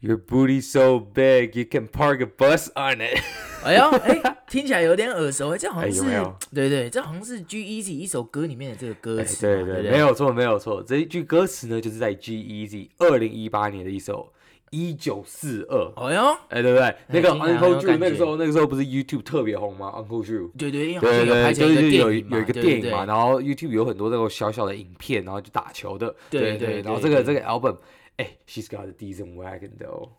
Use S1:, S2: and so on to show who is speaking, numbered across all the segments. S1: Your booty so big you can park a bus on it
S2: 哎呦，哎，听起来有点耳熟，哎，这好像
S1: 哎有
S2: 是，
S1: 没有
S2: 对对，这好像是 G Easy 一首歌里面的这个 歌
S1: 哎
S2: 词嘛、
S1: 对
S2: 对
S1: 对，
S2: 不
S1: 没有错，没有错。这一句歌词呢，就是在 G Easy 二零一八年的一首《一九四二》。
S2: 哎呦，
S1: 哎，对不对？那个
S2: 听起来很有
S1: Uncle Drew
S2: 感
S1: 那个时
S2: 觉
S1: 候，那个时候不是 YouTube 特别红吗？Uncle Drew。
S2: 对对，因为好
S1: 对
S2: 像有
S1: 对
S2: 拍成
S1: 对，就
S2: 一个
S1: 是有
S2: 电影嘛，
S1: 有一个
S2: 对
S1: 电
S2: 对
S1: 影嘛，然后 YouTube 有很多那种小小的影片，然后就打球的。
S2: 对
S1: 对
S2: 对对
S1: 然后这个这
S2: 对
S1: 个 album，哎，She's got a decent wagon though。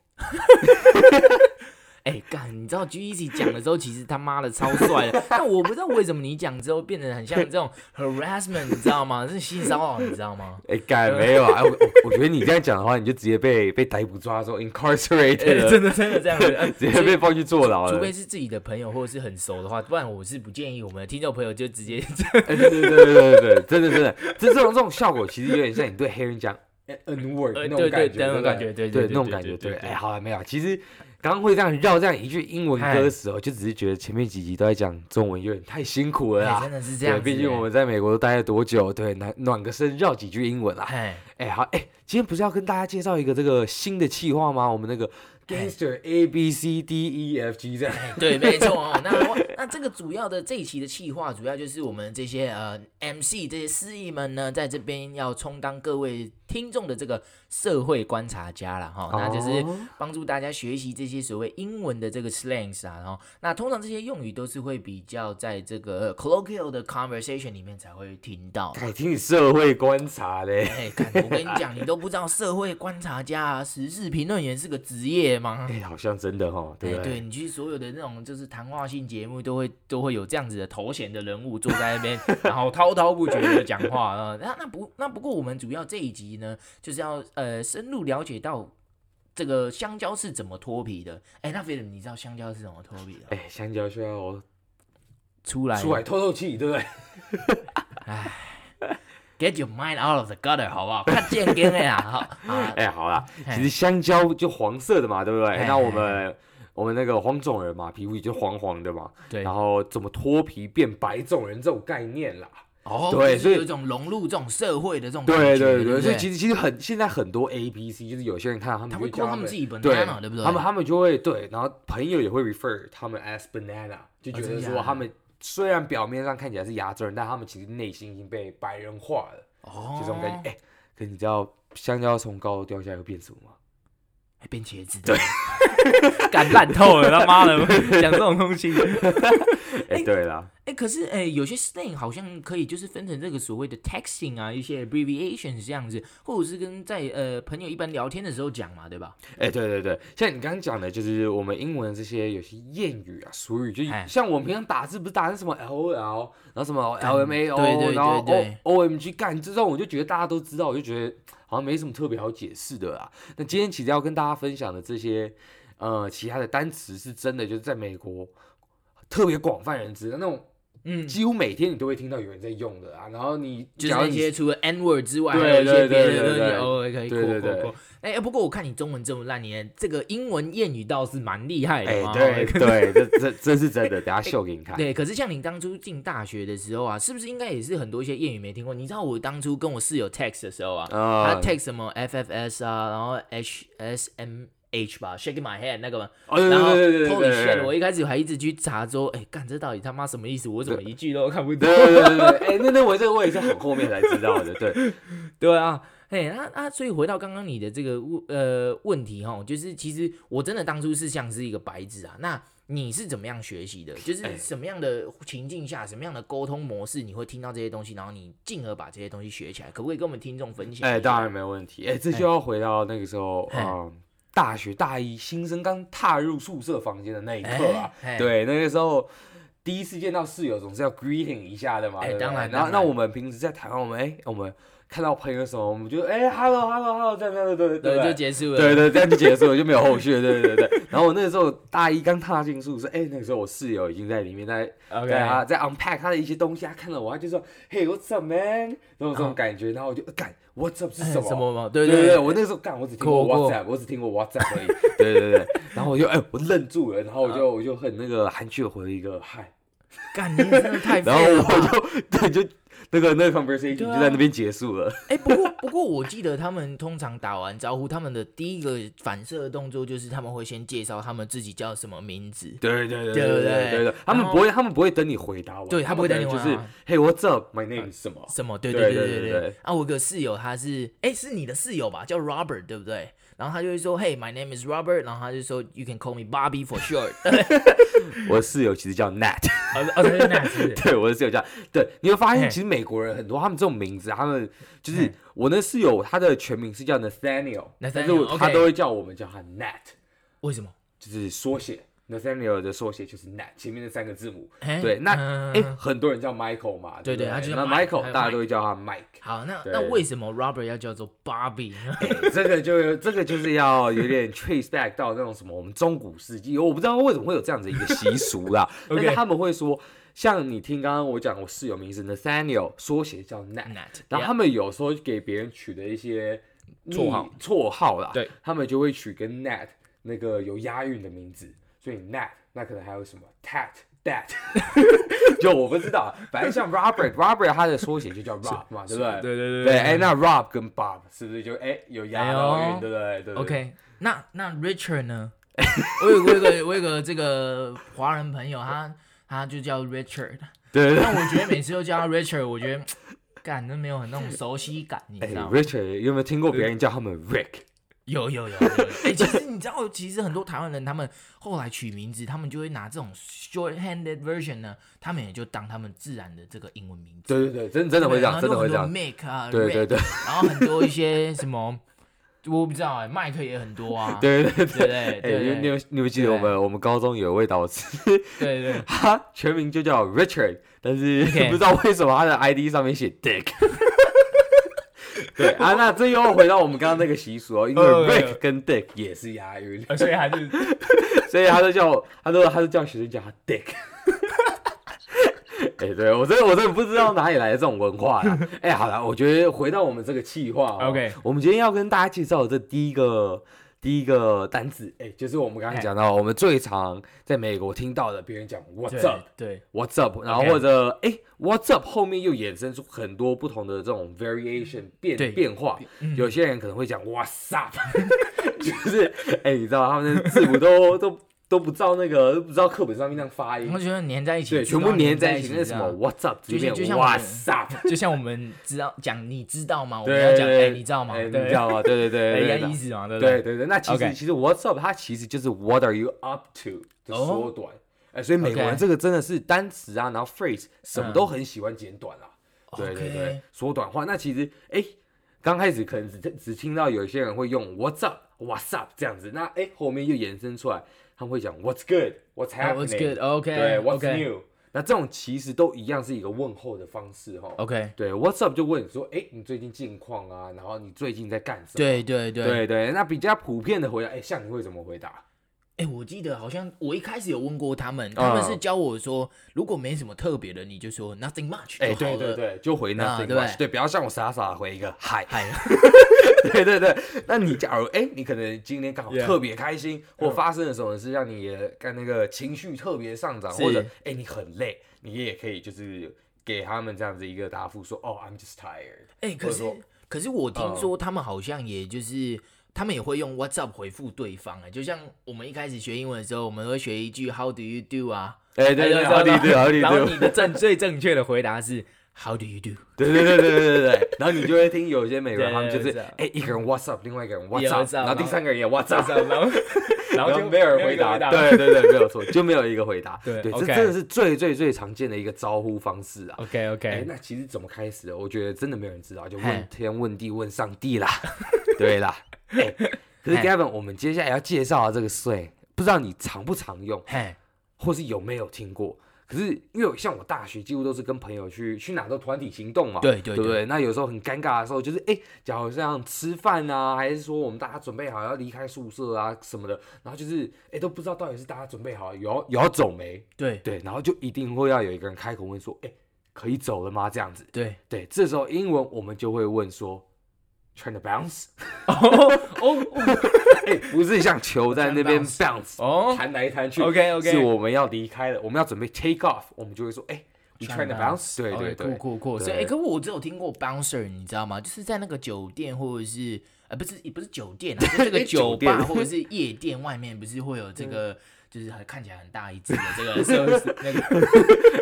S2: 哎，干，你知道 G Easy 讲的时候，其实他妈的超帅的， 但我不知道为什么你讲之后变得很像 这种 harassment，你知道吗？这是性骚扰，你知道吗？
S1: 哎， 干没有啊？哎我我我觉得你这样讲的话，你就直接被被逮捕抓说 incarcerated
S2: 哎
S1: 了，
S2: 真的真的这样子，哎
S1: 直接被放去坐牢了。
S2: 除非是自己的朋友或者是很熟的话，不然我是不建议我们的听众朋友就直接
S1: 哎，对对对对对对，真的真的，这这种这种效果其实有点像你对黑人讲哎 n word
S2: 呃
S1: 那种
S2: 对
S1: 感
S2: 对
S1: 觉，
S2: 那种
S1: 不
S2: 感觉对对
S1: 对
S2: 对
S1: 那种
S2: 对
S1: 感
S2: 对
S1: 觉，
S2: 对
S1: 对。
S2: 对
S1: 哎，好了没有，其实刚刚会这样绕这样一句英文歌
S2: 嗨
S1: 词哦，就只是觉得前面几集都在讲中文，有点太辛苦了
S2: 哎
S1: 啦
S2: 真。的是这样
S1: 对，
S2: 子。
S1: 毕竟我们在美国都待了多久，对，暖暖个身绕几句英文啦。
S2: 哎，
S1: 哎，好，哎，今天不是要跟大家介绍一个这个新的企划吗？我们那个 Gangster A B C D E F G 这样。
S2: 哎对，没错哦。那我 那这个主要的这一期的企划，主要就是我们这些呃 MC 这些司仪们呢，在这边要充当各位听众的这个社会观察家了哈。那就是
S1: 哦
S2: 帮助大家学习这些所谓英文的这个 slangs 啊，然后那通常这些用语都是会比较在这个呃 colloquial 的 conversation 里面才会听到。
S1: 哎，听你社会观察嘞。
S2: 哎，干我跟你讲，你都不知道社会观察家、啊、时事评论员是个职业吗？
S1: 哎，好像真的哈，对
S2: 哎
S1: 不，对
S2: 对？你去所有的那种就是谈话性节目，都会都会有这样子的头衔的人物坐在那边，然后滔滔不绝的讲话啊。那那不那不过我们主要这一集呢，就是要呃深入了解到这个香蕉是怎么脱皮的。哎，那菲尔，你知道香蕉是怎么脱皮的吗？
S1: 哎，香蕉需要我
S2: 出来，
S1: 出来透透气，对不对？
S2: g e t your mind out of the gutter，好不好？看见跟哎哎呀，好 啊，
S1: 哎，好啦，
S2: 嘿
S1: 其实香蕉就黄色的嘛，对不对？
S2: 嘿
S1: 那我们我们那个黄种人嘛，皮肤也就黄黄的嘛，
S2: 对
S1: 然，后怎么脱皮变白种人这种概念啦。
S2: 哦，
S1: 对
S2: 就是
S1: 所以
S2: 有一种融入这种社会的这种感
S1: 对
S2: 觉，
S1: 对
S2: 对
S1: 对，
S2: 不
S1: 所以其实其实很现在很多 A B C，就是有些人看到他们
S2: 他
S1: 就
S2: 会
S1: 叫
S2: 扣他们自己本
S1: 对
S2: 单嘛，对不对？
S1: 他们他们就会对，然后朋友也会 refer 他们 as banana，就觉
S2: 哦真
S1: 得
S2: 的假
S1: 说
S2: 的
S1: 他们虽然表面上看起来是亚洲人，但他们其实内心已经被白人化了，
S2: 哦
S1: 就，这种感觉。哎、可你知道香蕉从高楼掉下来会变什么 吗？
S2: 还变茄子，对， 干烂透了，他妈的，讲这种东西。
S1: 哎、对啦，
S2: 哎、可是哎、有些 slang 好像可以就是分成这个所谓的 texting 啊，一些 abbreviation 这样子，或者是跟在呃朋友一般聊天的时候讲嘛，对吧？
S1: 哎、对对对，像你刚刚讲的，就是我们英文这些有些谚语啊、俗语，就
S2: 哎
S1: 像我们平常打字不是打那什么 L O L，然后什么 L M A O，
S2: 对对对
S1: 然后 O
S2: 对
S1: O M G，干这种我就觉得大家都知道，我就觉得好像没什么特别好解释的啦。那今天其实要跟大家分享的这些呃其他的单词，是真的就是在美国特别广泛人知的那种，
S2: 嗯，
S1: 几乎每天你都会听到有人在用的啊。然后你
S2: 就是
S1: 假如
S2: 那
S1: 你
S2: 些除了 N word 之外，
S1: 对
S2: 还有一些别
S1: 对对
S2: 的东
S1: 对
S2: 西，哦，可以
S1: 对对
S2: 过
S1: 对
S2: 过过。哎、不过我看你中文这么烂，你这个英文谚语倒是蛮厉害
S1: 哎、
S2: 的嘛。
S1: 对对，这这这是真的，等下秀给你看。
S2: 对，可是像你当初进大学的时候啊，是不是应该也是很多一些谚语没听过？你知道我当初跟我室友 text 的时候啊，
S1: 啊
S2: 他 text 什么 FFS 啊，然后 HSMH 吧，shaking my head 那个嘛，
S1: 哦，对
S2: 然后
S1: 对对对对
S2: holy
S1: 对对
S2: shit，我一开始还一直去查说，哎，干这到底他妈什么意思？我怎么一句都看不懂
S1: 对？对对对，对，哎、那那我这个我也是很后面才知道的，对，
S2: 对啊，哎，那那所以回到刚刚你的这个问呃问题哈，就是其实我真的当初是像是一个白纸啊，那。你是怎么样学习的？就是
S1: 哎
S2: 什么样的情境下，什么样的沟通模式，你会听到这些东西，然后你进而把这些东西学起来？可不可以跟我们听众分享？
S1: 哎、当然没问题，哎、这就要回到那个时候，
S2: 哎
S1: 嗯，大学大一新生刚踏入宿舍房间的那一刻啊，
S2: 哎哎
S1: 对，那个时候。第一次见到室友总是要 greeting 一下的嘛，对
S2: 哎
S1: 不对
S2: 当然
S1: 然后
S2: 当然
S1: 那我们平时在台湾，我们哎、我们看到朋友什么，我们就哎、hello hello hello 这样这样对对对
S2: 对，啊
S1: 对
S2: 就结束了。
S1: 对对，这样就结束了，就没有后续了。对对对对。然后我那个时候大一刚踏进宿舍，哎、那个时候我室友已经在里面在
S2: OK
S1: 对啊，在 unpack 他的一些东西，他看了我，他就说，Hey what's up man，然后这种感觉，然后我就呃干 what's up 是
S2: 嗯哎
S1: 什么？
S2: 什么嘛？
S1: 对
S2: 对
S1: 对
S2: 对，
S1: 我那时候干，我只听过
S2: 过过
S1: WhatsApp，我只听过 WhatsApp 而已。对对对，然后我就哎、我愣住了，然后我
S2: 嗯
S1: 就 我就很那个含蓄的回了一个嗨，
S2: 干你真的太
S1: 然后
S2: 废了吧。
S1: 我就对就那个那个 conversation
S2: 对
S1: 就
S2: 啊
S1: 在那边结束了。
S2: 哎、不过不过，我记得他们通常打完招呼，他们的第一个反射的动作就是他们会先介绍他们自己叫什么名字。
S1: 对对对
S2: 对
S1: 对
S2: 不
S1: 对
S2: 对
S1: 对，他们
S2: 然后
S1: 不会，他们不会等你回答完，
S2: 对他不会等你
S1: 们可能
S2: 回答
S1: 就是 Hey what's up, my name is 什么？
S2: 什么？对
S1: 对
S2: 对
S1: 对对
S2: 对
S1: 对
S2: 啊，我有个室友，他是哎、是你的室友吧？叫 Robert 对不对？然后他就会说，Hey, my name is Robert。然后他就说，You can call me Bobby for short。
S1: 我的室友其实叫 Nat，
S2: 哦哦，对，那是
S1: 对，我的室友叫，对，你会发现
S2: 嘿
S1: 其实美国人很多，他们这种名字，他们就是我那室友，他的全名是叫 Nathaniel，但是我
S2: Nathaniel，
S1: 他
S2: OK
S1: 都会叫我们叫他 Nat，
S2: 为什么？
S1: 就是缩写。Nathaniel 的缩写就是 Nat，前面的三个字母。
S2: 嘿
S1: 对，那
S2: 嗯
S1: 哎，很多人叫 Michael 嘛，
S2: 对
S1: 对
S2: 对
S1: 不
S2: 他就叫
S1: 那
S2: Mike，
S1: Michael
S2: 还有
S1: 大家都会叫他 Mike。
S2: 好，那
S1: 对
S2: 那为什么 Robert 要叫做 Bobby 呢？
S1: 欸这个就这个就是要有点 trace back 到那种什么我们中古世纪，我不知道为什么会有这样子一个习俗啦。但
S2: OK
S1: 是他们会说，像你听刚刚我讲，我室友名字 Nathaniel 缩写叫 Nat，
S2: Nat，
S1: 然后
S2: yeah
S1: 他们有时候给别人取的一些
S2: 绰号
S1: 昵绰号啦，
S2: 对，
S1: 他们就会取跟 Nat 那个有押韵的名字，所以 Nat 那可能还有什么 Tat。Dat，就我不知道，反正像 Robert，Robert 他的缩写就叫 Rob 嘛，对不对？
S2: 对对对
S1: 对，哎，那 Rob 跟 Bob 是不是就哎有押到
S2: 哎
S1: 韵，
S2: 呦
S1: 对不对？对不对
S2: OK，那那 Richard 呢？ 我有我有个我有个这个华人朋友，他他就叫 Richard，
S1: 对对
S2: 但我觉得每次都叫他 Richard，我觉得感那没有很那种熟悉感，你
S1: 对。
S2: 知
S1: 哎
S2: 道吗？
S1: ，Richard 有没有听过别人叫他们 Rick？
S2: 有有有，有有哎，其实你知道，其实很多台湾人他们后来取名字，他们就会拿这种 short-handed version 呢，他们也就当他们自然的这个英文名字。
S1: 对对对，真真的会这样，
S2: 然后
S1: 真的会
S2: 很
S1: 这
S2: 多
S1: 样。
S2: Make 啊，
S1: 对对
S2: Rick
S1: 对
S2: 然后很多一些什么，我不知道哎、麦克也很多啊，
S1: 对对对
S2: 对对
S1: 哎， 你
S2: 对
S1: 你有你有记得
S2: 对
S1: 我们我们高中有一位导师，
S2: 对对，
S1: 他 全名就叫 Richard，但是
S2: OK
S1: 不知道为什么他的 ID 上面写 Dick。对啊，那这又回到我们刚刚那个习俗哦，因为
S2: 呃
S1: Rick 跟 Dick 也是押韵，
S2: 呃所以还是
S1: 所以他就叫我，他说他就叫学生叫他 Dick。哎、对我真的我真的不知道哪里来的这种文化啦。 哎、好了，我觉得回到我们这个气话、哦、
S2: OK
S1: 我们今天要跟大家介绍的这第一个第一个单字，哎、就是我们刚刚
S2: 哎
S1: 讲到，我们最常在美国听到的别人讲 What's
S2: 对
S1: up。
S2: 对
S1: What's up？然后
S2: OK
S1: 或者哎、w h a t s up？后面又衍生出很多不同的这种 variation 变
S2: 嗯对嗯
S1: 变化。有些人可能会讲 What's up？就是哎、你知道他们的字母都 都都不照那个，都不照课本上面那样发音
S2: 我，觉得粘在一起，
S1: 对，全部粘在一起。那是什么
S2: 你知道吗
S1: What's up？直
S2: 就
S1: 接
S2: 像就
S1: 变
S2: 像我们
S1: What's up？
S2: 就像我们知道讲你知道吗？我们
S1: 对
S2: 要讲
S1: 对
S2: 哎，你知道吗？
S1: 哎
S2: 对
S1: 你
S2: 对
S1: 知道吗？对对对
S2: 对，
S1: 对
S2: 一样
S1: 对。
S2: 意思嘛，对不
S1: 对
S2: 对？
S1: 对对，那其实
S2: OK
S1: 其实 What's up？它其实就是 What are you up to 的
S2: 哦
S1: 缩短。哎，所以美国人
S2: OK
S1: 这个真的是单词啊，然后 phrase 什么
S2: 嗯
S1: 都很喜欢简短啊。对对对
S2: OK，
S1: 缩短化。那其实，哎、刚开始可能只只听到有一些人会用 What's up、What's up 这样子，那哎、后面又延伸出来，他们会讲 What's good、What's happening、
S2: 哦 What's good，OK，
S1: 对，What's
S2: OK
S1: new。那这种其实都一样是一个问候的方式哈。
S2: OK，
S1: 对，What's up 就问你说，哎、你最近近况啊，然后你最近在干什么？
S2: 对对对。
S1: 对对，那比较普遍的回答，哎、像你会怎么回答？
S2: 哎，我记得好像我一开始有问过他们，他们
S1: 嗯
S2: 是教我说，如果没什么特别的，你就说 nothing much
S1: 哎、
S2: 就好
S1: 对对
S2: 了。
S1: 对，就回
S2: 啊
S1: nothing
S2: 对不
S1: much，
S2: 对
S1: 对，不要像我傻傻的回一个嗨。
S2: 嗨，
S1: 对对对，那你假如哎、你可能今天刚好
S2: Yeah
S1: 特别开心或发生了什么事，让你也干那个情绪特别上涨，
S2: 是
S1: 或者哎、你很累，你也可以就是给他们这样子一个答复说，哦，I'm just tired。
S2: 哎，
S1: 或
S2: 可
S1: 者
S2: 是
S1: 说嗯
S2: 可是我听说他们好像也就是。他们也会用 What's up 回复对方哎、就像我们一开始学英文的时候，我们会学一句 How do you do 啊？
S1: 哎，
S2: 哎
S1: 对对，
S2: 然后
S1: 好你对，好你
S2: 然后
S1: 对，
S2: 你的正最正确的回答是 How do you do？
S1: 对对对对对对对， 然后你就会听有些美国人他们就是
S2: 对对对
S1: 哎，一个人 What's up，另外一个人
S2: 也
S1: What's
S2: what's
S1: up，
S2: up，
S1: 然后第三个人也 What's up。
S2: 然后然
S1: 然后没有人回答，对对对，没有错，就没有一个回答。
S2: 对
S1: 这
S2: OK
S1: 真的是最最最常见的一个招呼方式啊。
S2: ，OK
S1: 哎、
S2: OK，
S1: 那其实怎么开始的？我觉得真的没有人知道，就
S2: 嘿
S1: 问天问地问上帝啦。 对啦，哎可是
S2: 嘿
S1: Gavin，我们接下来要介绍的这个税，不知道你常不常用，
S2: 嘿，
S1: 或是有没有听过？可是因为像我大学几乎都是跟朋友去去哪都团体行动嘛，
S2: 对
S1: 对
S2: 对
S1: 不
S2: 对
S1: 对？那有时候很尴尬的时候，就是哎、假如像吃饭啊，还是说我们大家准备好要离开宿舍啊什么的，然后就是哎、都不知道到底是大家准备好有要有要走没？
S2: 对
S1: 对，然后就一定会要有一个人开口问说，哎、可以走了吗？这样子。
S2: 对，
S1: 对，这时候英文我们就会问说，trying to bounce，
S2: 哦
S1: 哎、不是像球在那边 bounce，
S2: 哦
S1: 弹来弹去
S2: OK，OK
S1: 是我们要离开了，我们要准备 take off，我们就会说，哎、 You trying
S2: Trying
S1: to
S2: to
S1: bounce？对对
S2: OK，
S1: 对
S2: 酷酷酷！所以，
S1: 对
S2: 欸可我只有听过 bouncer，你知道吗？就是在那个酒店或者是呃，不是不是酒 店啊，就是这个
S1: 酒
S2: 酒
S1: 店
S2: 吧或者是夜店外面，不是会有这个就是很看起来很大一只的这 个 service 那个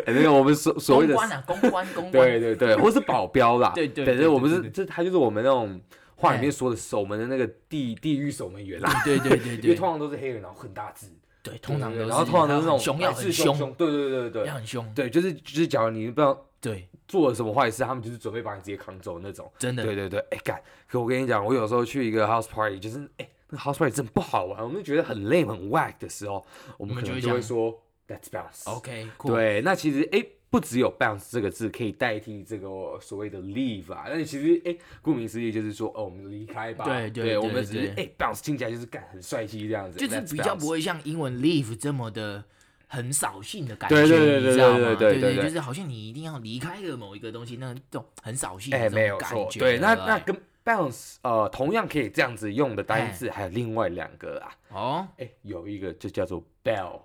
S1: 哎那个我们所所谓
S2: 公
S1: 的
S2: 关啊，公关公关
S1: 对对 对，或是保镖啦，
S2: 对对
S1: 对，
S2: 对
S1: 这我
S2: 对
S1: 们是
S2: 对
S1: 这他就是我们那种话里面
S2: 哎
S1: 说的守门的那个地 地狱守门员啦，
S2: 对对对
S1: 因为
S2: 对
S1: 通常都是黑人，然后很大只，
S2: 对，通常
S1: 对
S2: 都
S1: 对
S2: 是
S1: 然后通常都是那种
S2: 很凶，要
S1: 来势
S2: 很
S1: 汹
S2: 凶，
S1: 汹，对对对对对
S2: 要很凶，
S1: 对，就是就是假如你不知道
S2: 对，
S1: 做了什么坏事，他们就是准备把你直接扛走那种。
S2: 真的
S1: 对对对，哎干，可我跟你讲，我有时候去一个 house party，就是哎那个 house party 真的不好玩，我们就觉得很累很 whack 的时候，我们
S2: 们
S1: 可
S2: 就
S1: 能
S2: 会哦
S1: 就会
S2: 讲
S1: 说 let's bounce。
S2: ，OK，酷，
S1: 对，那其实哎、诶不只有 bounce 这个字可以代替这个所谓的 leave 啊，那其实哎、诶顾名思义就是说，哦，我们离开吧。
S2: 对
S1: 对
S2: 对
S1: 我
S2: 对
S1: 们只是哎、
S2: 对
S1: 诶 bounce 听起来就是干很帅气这样子，
S2: 就是比较不
S1: 会。
S2: 会像英文 leave 这么的很扫兴的感觉，
S1: 对对对对
S2: 你知道吗
S1: 对对对
S2: 对
S1: 对
S2: 就是好像你一定要离开了某一个东西，那种很扫兴
S1: 哎、
S2: 的这
S1: 没
S2: 种
S1: 有
S2: 感
S1: 错，
S2: 觉。哎
S1: 对，那
S2: 不
S1: 那跟 bounce 呃同样可以这样子用的
S2: 哎
S1: 单字还有另外两个啊，
S2: 哦，
S1: 哎、有一个就叫做 bell，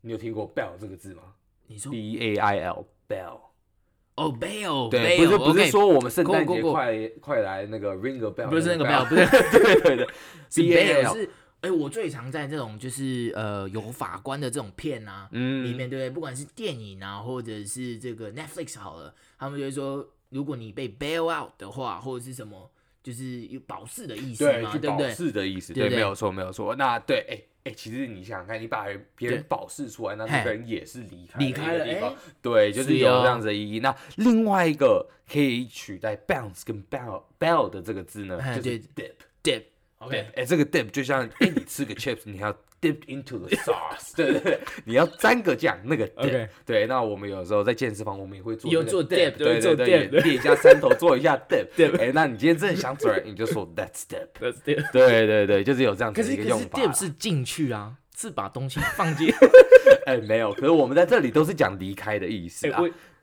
S1: 你有听过 bell 这个字吗
S2: 你说
S1: ？B A I L bell。
S2: 哦 bell
S1: 对，不是不是说我们圣诞
S2: Go, go,
S1: 节
S2: go
S1: 快快来那个 ring a bell，
S2: 不是那个 bell，不
S1: 对对对
S2: 是
S1: BAL
S2: bell 是哎，我最常在这种就是呃有法官的这种片啊
S1: 嗯
S2: 里面，对不对？不管是电影啊，或者是这个 Netflix 好了，他们就会说，如果你被 bail out 的话，或者是什么，就是有保释的意思
S1: 对，
S2: 嘛，
S1: 去
S2: 对不
S1: 保
S2: 对？
S1: 释的意思，
S2: 对不
S1: 没
S2: 对
S1: 有错，没有错。那对，哎、哎、其实你想想看，你把别人
S2: 对
S1: 保释出来，那这
S2: 嘿
S1: 个人也是离开
S2: 离开
S1: 了
S2: 了
S1: 一个地
S2: 哎
S1: 方，对，就是
S2: 是
S1: 有
S2: 哦
S1: 这样子的意义。那另外一个可以取代 bounce 跟 bell bell 的这个字呢，
S2: 哎
S1: 就是 dip
S2: 对 dip。
S1: dip，
S2: OK，
S1: 哎、这个 dip 就像哎、你吃个 chips，你要 dip into the sauce，对对对，你要沾个酱，那个 dip，、
S2: OK
S1: 对。那我们有时候在健身房，我们也会做
S2: 有
S1: 那个
S2: 做
S1: dip，
S2: dip，
S1: 对
S2: 有做
S1: 对对，也
S2: dip
S1: 练一下山头，做一下 dip，
S2: dip
S1: 哎、那你今天真的想嘴儿，你就说 that's dip。
S2: 可是 dip，
S1: 对对对，就是有这样
S2: 可
S1: 子
S2: 是
S1: 的一个用法啦。
S2: dip 是进去啊，是把东西放 进。
S1: 哎、没有，可是我们在这里都是讲离开的意思
S2: 哎
S1: 啊。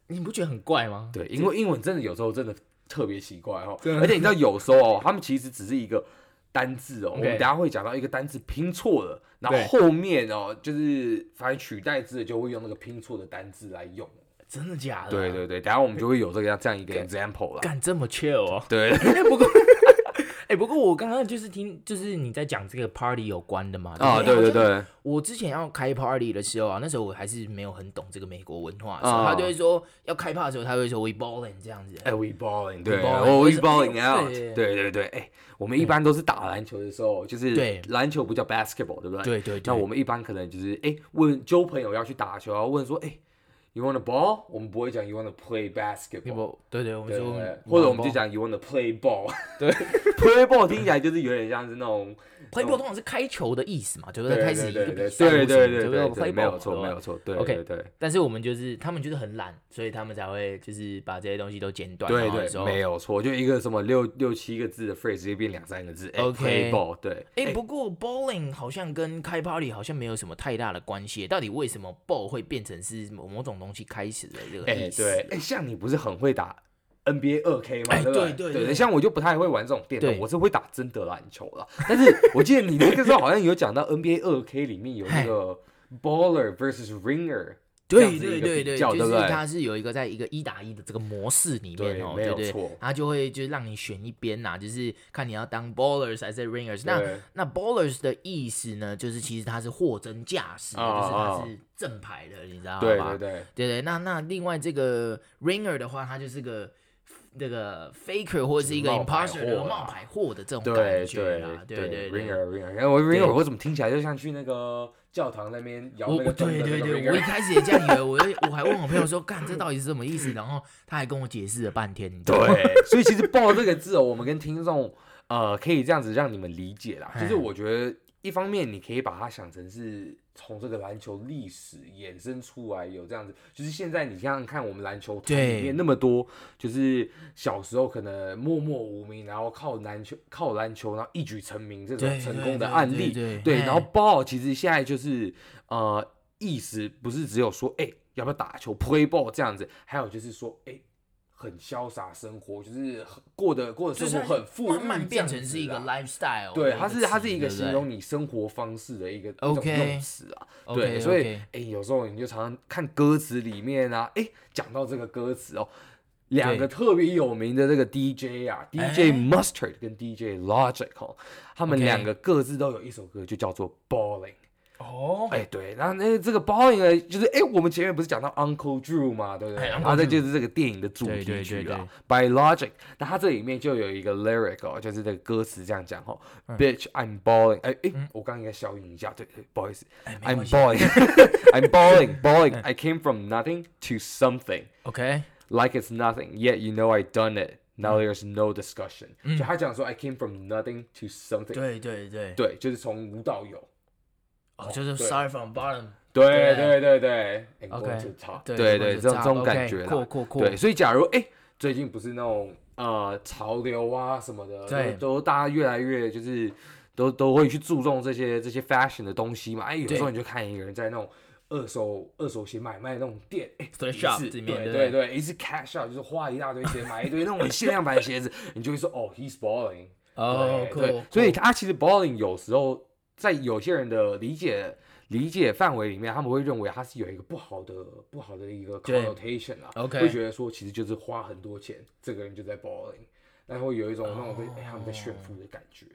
S2: 你不觉得很怪吗？
S1: 对，因为英文真的有时候真的特别奇怪哦，而且你知道有时候哦，他们其实只是一个单字哦。我们
S2: OK
S1: 等一下会讲到一个单字拼错了，然后
S2: 对
S1: 后面哦就是反正取代字就会用那个拼错的单字来用。
S2: 真的假的、啊
S1: 对，对对，等一下我们就会有这个这样一个 example 啦。
S2: 干这么 chill 哦。
S1: 对，
S2: 哎、不过我刚刚就是听，就是你在讲这个 party 有关的嘛。
S1: 啊，
S2: 不
S1: 对对。
S2: 好像
S1: 对，
S2: 我之前要开 party 的时候啊，那时候我还是没有很懂这个美国文化的时候
S1: 啊
S2: 他就会说要开趴的时候，他会说 we balling 这样子。
S1: 哎，we balling，对，
S2: balling，
S1: 我 we
S2: 就是
S1: balling out，
S2: 对
S1: 对对对，哎，我们一般都是打篮球的时候，就是
S2: 对
S1: 篮球不叫 basketball，对不对？
S2: 对对对
S1: 那我们一般可能就是哎、问交朋友要去打球，然后问说哎、y o u wanna ball？我们不会讲 you wanna play basketball，
S2: 我对对，我们
S1: 对
S2: 说
S1: 不对，
S2: we
S1: 或者我们
S2: ball
S1: 就讲 you wanna play ball，对 ，play ball 听起来就是有点像是那 种
S2: play ball 通常是开球的意思嘛，就是
S1: 哦对
S2: 开
S1: 对
S2: 始一
S1: 对
S2: 个
S1: 对
S2: 比
S1: 对
S2: 赛或什
S1: 对
S2: 么，
S1: 对
S2: 就
S1: 对
S2: 是
S1: 对
S2: play
S1: 对，没有错
S2: ball
S1: 没有错，对
S2: OK
S1: 对对。
S2: 但是我们就是他们就是很懒，所以他们才会就是把这些东西都剪短，
S1: 对
S2: 然后有时
S1: 对，
S2: 候
S1: 没有错，就一个什么六六七个字的 phrase 直接变两三个字。哎
S2: OK
S1: play ball，对，
S2: 哎、不过 bowling 好像跟开 party 好像没有什么太大的关系，到底为什么 bowl 会变成是某某种东西开始的这个
S1: 哎
S2: 意思？
S1: 对，哎像你不是很会打 NBA 二 K 吗？
S2: 哎
S1: 对不
S2: 对对
S1: 对，
S2: 对
S1: 像我就不太会玩这种电动，
S2: 对
S1: 我是会打真的篮球啦。但是我记得你那个时候好像有讲到 NBA 二 K 里面有那个 baller versus ringer，这样
S2: 对
S1: 子一
S2: 对
S1: 个
S2: 对
S1: 比
S2: 对，
S1: 较
S2: 就
S1: 对不
S2: 是
S1: 对
S2: 它是有一个在一个一打一的这个模式里面
S1: 对
S2: 哦，
S1: 没有
S2: 对对
S1: 错
S2: 它就会就是让你选一边呐、就是看你要当 bowlers 还是 ringers。那
S1: 对
S2: 那 bowlers 的意思呢，就是其实它是货真价实的，
S1: 哦
S2: 就是
S1: 哦
S2: 它是正牌的，你知道吗？
S1: 对对对，
S2: 对对，那那另外这个 ringer 的话，它就是个那个 faker 或者是一个
S1: 冒牌货
S2: imposter 的
S1: 啦
S2: 冒牌货的这种
S1: 对
S2: 感
S1: 对
S2: 觉啦，
S1: 对
S2: 对
S1: ringer
S2: 对。
S1: ringer，然后我 ringer
S2: 对
S1: 我怎么听起来就像去那个教堂那边摇
S2: 我
S1: 那
S2: 我
S1: 个钟
S2: 对
S1: 的那
S2: 对
S1: 个 ringer
S2: 对，我一开始也这样以 为，我就我还问我朋友说，干这到底是什么意思？然后他还跟我解释了半天，你知道 吗？
S1: 对， 所以其实“爆”这个字哦，我们跟听众呃，可以这样子让你们理解啦。就是
S2: 哎
S1: 我觉得一方面你可以把它想成是从这个篮球历史衍生出来，有这样子，就是现在你想想看，我们篮球团里
S2: 对
S1: 面那么多，就是小时候可能默默无名，然后靠篮球靠篮球，然后一举成名这种
S2: 对
S1: 成
S2: 对
S1: 功的
S2: 对
S1: 案
S2: 对
S1: 例。
S2: 对
S1: 对，
S2: 哎
S1: 然后“爆”其实现在就是呃，意思不是只有说哎、要不要打球 play ball 这样子，还有就是说哎。很潇洒生活，就是很过得过的生活很富裕，
S2: 慢慢变成是一个
S1: 这样子啦
S2: lifestyle 的
S1: 对，
S2: 个
S1: 它是它是一个
S2: 词
S1: 形
S2: 对不
S1: 容你生活方式的一个
S2: OK
S1: 一种用词啊。
S2: 对
S1: 对
S2: OK，
S1: 所以
S2: OK
S1: 哎、有时候你就常常看歌词里面啊，哎、讲到这个歌词哦，两个特别有名的这个 DJ 啊
S2: 哎
S1: ，DJ Mustard 跟 DJ Logic 哦，他们
S2: OK
S1: 两个各自都有一首歌，就叫做 Balling。
S2: 哦，
S1: 哎、对，然后那这个 Balling 呢，就是哎、我们前面不是讲到 Uncle Drew 嘛，对不对？
S2: 哎，Uncle
S1: 然后这就是这个电影的主
S2: 对对
S1: 题曲
S2: 对
S1: 啦，By Logic。那它这里面就有一个 lyric 哦，就是这个歌词这样讲哦、b i t c h I'm balling。哎哎，我刚刚应该消音一下，对对，不好意思
S2: 哎没关
S1: ，I'm
S2: 系
S1: balling。I'm balling, balling. I came from nothing to something,
S2: OK，
S1: like it's nothing. Yet you know I done it.
S2: Mm。
S1: Now there's no discussion. 就他讲说，I came from nothing to something。
S2: 对对对，
S1: 对，就是从无到有。
S2: 哦，就是
S1: 对
S2: start from bottom，
S1: 对
S2: 对
S1: 对对哎对，and
S2: OK，
S1: going to top
S2: 对
S1: 对
S2: going
S1: 对，
S2: to
S1: 这种这
S2: top，
S1: 种
S2: OK，
S1: 感觉啦
S2: 酷酷酷
S1: 对，所以假如哎，最近不是那种呃潮流啊什么的，
S2: 对
S1: 都都大家越来越就是都都会去注重这些这些 fashion 的东西嘛。哎，有时候你就看一个人在那种。二手二手鞋买卖那种店，哎、
S2: Thrift
S1: 一
S2: shop
S1: 次
S2: 里面
S1: 对
S2: 对不
S1: 对对，一次 cash out 就是花一大堆钱买一堆那种很限量版的鞋子，你就会说哦，he's balling，
S2: 哦，酷
S1: 对，对，所以他其实 balling 有时候在有些人的理解理解范围里面，他们会认为它是有一个不好的不好的一个
S2: 对
S1: connotation 啊
S2: OK
S1: 会觉得说其实就是花很多钱，这个人就在 balling，但会有一种那种
S2: 哦
S1: 被、哎他们在炫富的感觉。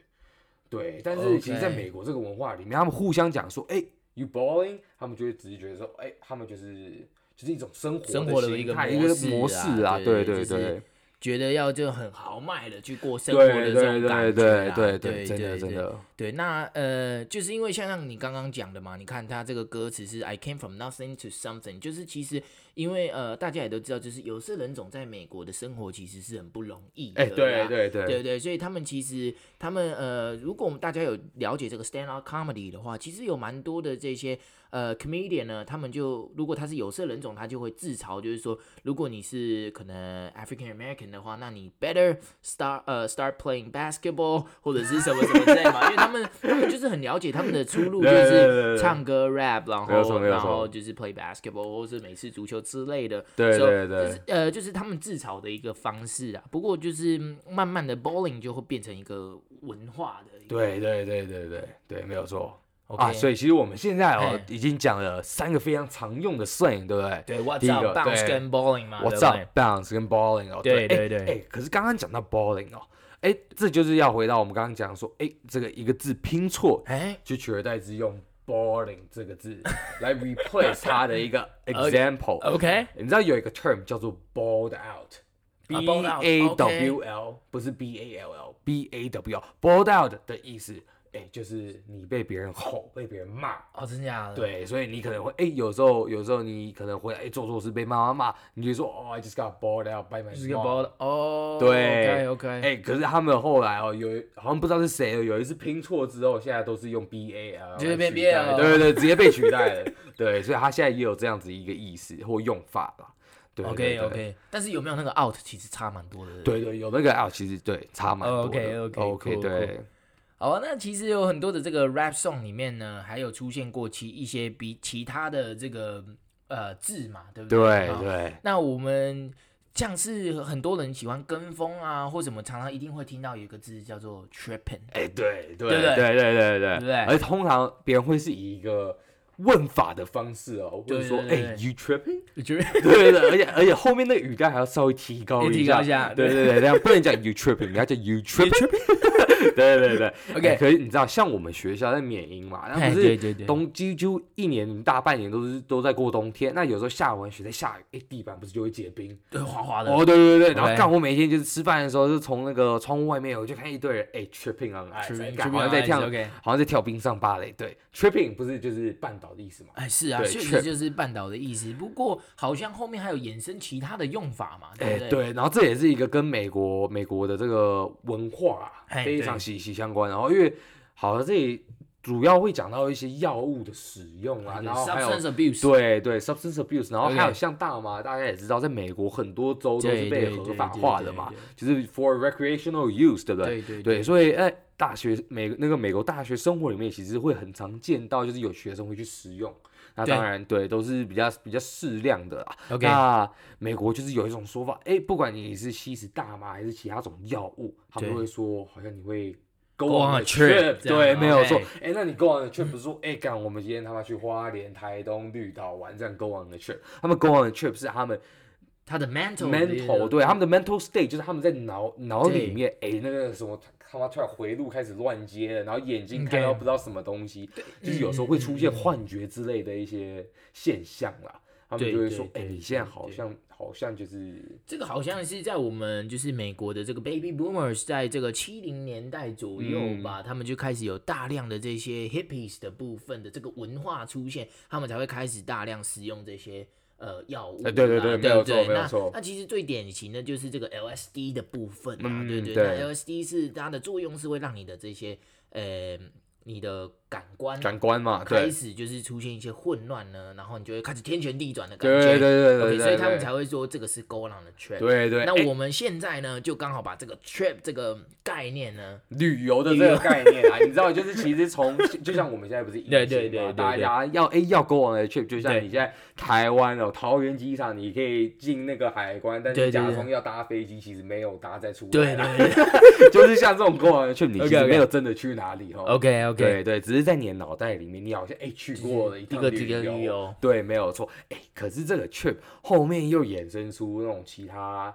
S1: 对，但是其实在
S2: OK
S1: 美国这个文化里面，他们互相讲说，哎、y o u balling，他们就会只是觉得说，哎、他们就是就是一种生活
S2: 生活的一
S1: 形
S2: 个
S1: 态
S2: 模
S1: 一个
S2: 式
S1: 模
S2: 啊
S1: 式啊，对
S2: 对
S1: 对
S2: 就是
S1: 对。
S2: 觉得要就很豪迈的去过生活的
S1: 对
S2: 这种
S1: 对
S2: 感
S1: 对
S2: 觉
S1: 对
S2: 啦，
S1: 对
S2: 对，
S1: 真的
S2: 对
S1: 真。的，
S2: 对，那呃，就是因为像像你刚刚讲的嘛，你看他这个歌词是 I came from nothing to something，就是其实因为呃，大家也都知道，就是有色人种在美国的生活其实是很不容易的
S1: 哎、
S2: 啦，
S1: 对对对，
S2: 对对，所以他们其实他们呃，如果我们大家有了解这个 stand up comedy 的话，其实有蛮多的这些呃 comedian 呢，他们就如果他是有色人种，他就会自嘲，就是说，如果你是可能 African American 的话，那你 better start 呃 start playing basketball 或者是什么什么之类嘛，因为他们他们就是很了解他们的出路就
S1: 对对对
S2: 是
S1: 对
S2: 唱歌 rap，然
S1: 没有错
S2: 后
S1: 没有
S2: 然后
S1: 错
S2: 就是 play basketball 或是美式足球之类的，
S1: 对
S2: So，
S1: 对对
S2: 就是呃，就是他们自嘲的一个方式啊。不过就是嗯慢慢的 bowling 就会变成一个文化的一个
S1: 对对对对对对，没有错。
S2: OK
S1: 啊，所以其实我们现在哦
S2: 哎，
S1: 已经讲了三个非常常用的摄影，对不对？
S2: 对 what's
S1: 第一
S2: up
S1: 个
S2: bounce
S1: 对
S2: 跟 bowling 嘛
S1: What's
S2: 对
S1: up
S2: 不
S1: bounce 跟 balling 哦，
S2: 对
S1: 哎
S2: 对对
S1: 哎，可是刚刚讲到 balling 哦，哎，这就是要回到我们刚刚讲说，哎，这个一个字拼错，
S2: 对？哎，
S1: 去取而代之用 balling 这个字来 replace 它的一 个 example。
S2: OK
S1: 你知道有一个 term 叫做 balled out，B
S2: 啊，balled out，
S1: A W L 不是 B A L L，B A W L，balled out 的意思，哎、就是你被别人吼，被别人骂。
S2: 哦，真假的？
S1: 对，所以你可能会哎、有时候有时候你可能会哎、做错事被妈妈骂，你就说哦、i just got balled out by my
S2: 就是个
S1: mom。
S2: bowling 哦，
S1: 对
S2: OK
S1: 哎、
S2: OK，
S1: 可是他们后来哦，有一好像不知道是谁了，有一次拼错之后，现在都是用 B A 啊 L，
S2: 就是变 BAL
S1: 对对对，直接被取代了。对，所以他现在也有这样子一个意思或用法啦。对
S2: OK
S1: 对对
S2: OK，但是有没有那个 out 其实差蛮多的。。
S1: 对对，有那个啊，其实对差蛮多的。
S2: 哦 OK，OK，
S1: OK，
S2: cool，
S1: 对，
S2: 好、啊，那其实有很多的这个 rap song 里面呢，还有出现过其一些比其他的这个呃字嘛，对不对
S1: 对
S2: 好
S1: 对
S2: 那我们像是很多人喜欢跟风啊，或什么，常常一定会听到有一个字叫做 tripping，
S1: 哎，对对对
S2: 对不对
S1: 对对对对
S2: 不对
S1: 而通常别人会是以一个问法的方式哦，
S2: 对
S1: 问说，
S2: 对对
S1: 哎，you tripping？
S2: tripping
S1: 对对对，而且而且后面那个语调还要稍微提高
S2: 也提高一下
S1: 哦对对对，这样不能讲 you tripping，你要叫 you tripping。对 对对
S2: OK
S1: 哎可是你知道，像我们学校在缅因嘛，那
S2: 哎
S1: 不
S2: 对对
S1: 是
S2: 对
S1: 冬几乎一年大半年都是都在过冬天，那有时候下完雪在下雨，哎，地板不是就会结冰？
S2: 对滑滑的，
S1: 哦，对对对，然后
S2: OK
S1: 干我每天就是吃饭的时候，就从那个窗户外面，我就看一堆人，哎，tripping on
S2: 哎
S1: ice，干好像在跳，
S2: OK，
S1: 好像在跳冰上芭蕾。对，tripping 不是就是绊倒的意思嘛？
S2: 哎是啊，
S1: 对
S2: 确
S1: trip
S2: 实就是半岛的意思。不过好像后面还有衍生其他的用法嘛，对
S1: 哎
S2: 不，对？
S1: 对，然后这也是一个跟美国美国的这个文化
S2: 哎
S1: 啊非
S2: 对
S1: 常息息相关。然后因为好像这里主要会讲到一些药物的使用啊，然后还有
S2: 哎 substance abuse，
S1: 对对，substance abuse，然后
S2: OK
S1: 还有像大麻，大家也知道，在美国很多州都
S2: 对
S1: 是被
S2: 对
S1: 合
S2: 对
S1: 法
S2: 对
S1: 化
S2: 对
S1: 的嘛就
S2: 对，
S1: 是 for recreational use，对不
S2: 对
S1: 对？
S2: 对对
S1: 所以哎，大学美那个美国大学生活里面，其实会很常见到，就是有学生会去使用。那
S2: 对
S1: 当然，对，都是比较比较适量的啦。
S2: OK，
S1: 那美国就是有一种说法，哎、不管你是吸食大麻还是其他种药物，他们
S2: 对
S1: 都会说好像你会 go
S2: on
S1: on
S2: a
S1: a
S2: trip，
S1: trip，
S2: 这样
S1: 对，
S2: 哦
S1: 没有错
S2: OK。
S1: 哎、那你 go on a trip 不是说，哎、干，我们今天他妈去花莲、台东、绿岛玩，这样 go on a trip。他们 go on a trip 是他们
S2: 他的 mental 的
S1: mental 对他们的 mental state 就是他们在脑脑
S2: 对
S1: 里面，哎、那个什么他妈突然回路开始乱接了，然后眼睛看到
S2: OK
S1: 不知道什么东西，就是有时候会出
S2: 嗯
S1: 现幻觉之类的一些现象啦。他们
S2: 对
S1: 就会
S2: 对
S1: 说，哎、
S2: 对
S1: 你现在
S2: 对
S1: 好
S2: 对
S1: 像好像就是
S2: 这个好像是在我们就是美国的这个 baby boomers 在这个七零年代左右
S1: 嗯
S2: 吧，他们就开始有大量的这些 hippies 的部分的这个文化出现，他们才会开始大量使用这些。呃，药物啦、
S1: 哎对对对
S2: 对
S1: 没有
S2: 不对
S1: 错没有
S2: 那
S1: 错
S2: 那其实最典型的就是这个 LSD 的部分啊，
S1: 嗯
S2: 对对。
S1: 对
S2: 那 LSD 是它的作用是会让你的这些呃，你的感官
S1: 感官嘛，
S2: 开
S1: 对，
S2: 始就是出现一些混乱呢，然后你就会开始天旋地转的感觉，
S1: 对对对
S2: OK，
S1: 对对，
S2: 所以他们
S1: 对
S2: 才会说这个是 go on the trip。
S1: 对对。
S2: 那
S1: 哎
S2: 我们现在呢，就刚好把这个 trip 这个概念呢，
S1: 旅游的这个概念啊，你 知道，就是其实从就像我们现在不是疫情嘛，
S2: 对对对对
S1: 大家要哎要 go on a trip，就像
S2: 对
S1: 你现在台湾哦，桃园机场你可以进那个海关，但
S2: 对对
S1: 是假
S2: 对
S1: 装要搭飞机，其实没有搭再出
S2: 对
S1: 来啦，
S2: 对 对
S1: 就是像这种 go on a trip，你其
S2: OK，OK
S1: 实没有真的去哪里哦。
S2: ，OK
S1: 对对，只是在你的脑袋里面，你好像哎、去过了一
S2: 一
S1: 趟
S2: 个这个旅
S1: 旅
S2: 游，
S1: 对，没有错。哎、可是这个 trip 后面又衍生出那种其他，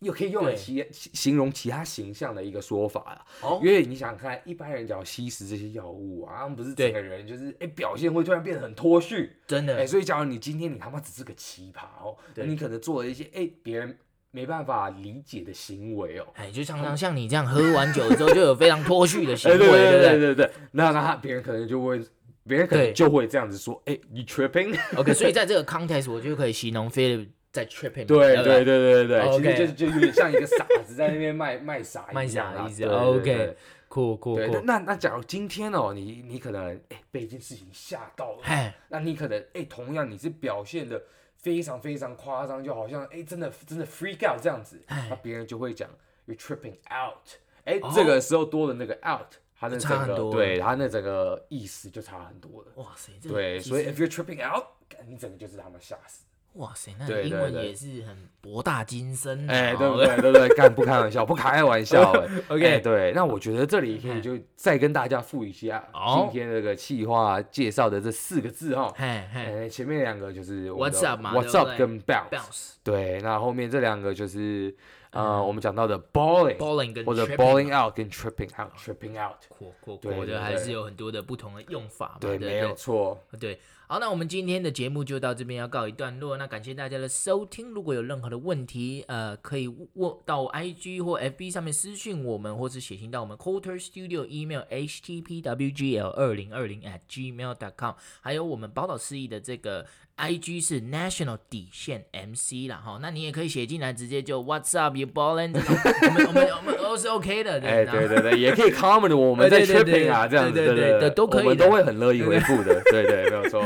S1: 又可以用来
S2: 对
S1: 其形容其他形象的一个说法啊。
S2: 哦
S1: 因为你想看，一般人讲吸食这些药物啊，他们不是整
S2: 对
S1: 个人就是哎、表现会突然变得很脱序。
S2: 真
S1: 哎、
S2: 的，
S1: 所以假如你今天你他妈只是个奇葩哦，那
S2: 对
S1: 你可能做了一些哎别、人没办法理解的行为哦。
S2: 哎，就常常像你这样喝完酒之后就有非常脱序的行
S1: 哎，
S2: 为，
S1: 对
S2: 对
S1: 对
S2: 不
S1: 对对，那那他别人可能就会，别人可
S2: 对
S1: 能就会这样子说，哎、你 tripping？
S2: 对？OK，所以在这个 context 我就可以形容 Philip 在 tripping，
S1: 对
S2: 不
S1: 对对对对，其
S2: OK
S1: 实就是就有点像一个傻子在那边卖卖傻
S2: 卖
S1: 一样
S2: 傻
S1: 啦
S2: 意思
S1: 对对对对
S2: ，OK，酷酷
S1: 对，那
S2: 酷，
S1: 那那假如今天哦，你你可能哎、被一件事情吓到了，
S2: 哎，
S1: 那你可能哎、同样你是表现的非常非常夸张，就好像哎、真的真的 freak out 这样子，
S2: 哎
S1: 那别人就会讲 you tripping out，哎、这个时候多了那个 out，他那
S2: 哦差
S1: 整
S2: 很
S1: 个
S2: 多哦
S1: 对他那整个意思就差很多了。
S2: 哇塞，这
S1: 对，
S2: 其
S1: 所以
S2: 实
S1: if you're tripping out，干你整个就是他们吓死。
S2: 哇塞，那
S1: 对
S2: 英
S1: 对
S2: 文
S1: 对
S2: 也是很博大精深的，
S1: 哎，对不
S2: 哦
S1: 对？对不对？干不开玩笑，不开玩笑。 哎
S2: OK 嗯
S1: 哎对，那我觉得这里可以就再跟大家复一下
S2: 好
S1: 今天这个企划介绍的这四个字哈。
S2: 嘿嘿
S1: 哎，前面两个就是我们的
S2: What's up 嘛
S1: What's
S2: 对不
S1: up
S2: 对
S1: 跟 bounce，
S2: ，bounce
S1: 对，那后面这两个就是呃我们讲到的 balling
S2: balling 跟
S1: 或者
S2: tripping 嘛
S1: balling out 跟 tripping out，tripping out，
S2: 扩扩
S1: 对
S2: 扩
S1: 对
S2: 的还
S1: 对
S2: 是有很多的不同的用法嘛，
S1: 对，
S2: 对，
S1: 没有错。
S2: 对对。好，那我们今天的节目就到这边要告一段落。那感谢大家的收听，如果有任何的问题，呃，可以问到 IG 或 FB 上面私信我们，或是写信到我们 Quarter Studio email htpwgl 二零二零 at gmail.com，还有我们宝岛示意的这个 IG 是 National 底线 MC 啦，哈，那你也可以写进来，直接就 What's up you ballin，我们我们我们都是 OK 的，
S1: 哎，
S2: 然后
S1: 对对对，也可以 comment 我们在
S2: 对对对
S1: tripping 啊，这样子，
S2: 对对对
S1: 对
S2: 对都可以
S1: 我们
S2: 的
S1: 都 会很乐意回复的。对对，没有错。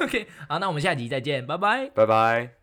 S2: OK，好，那我们下集再见，拜拜。
S1: 拜拜。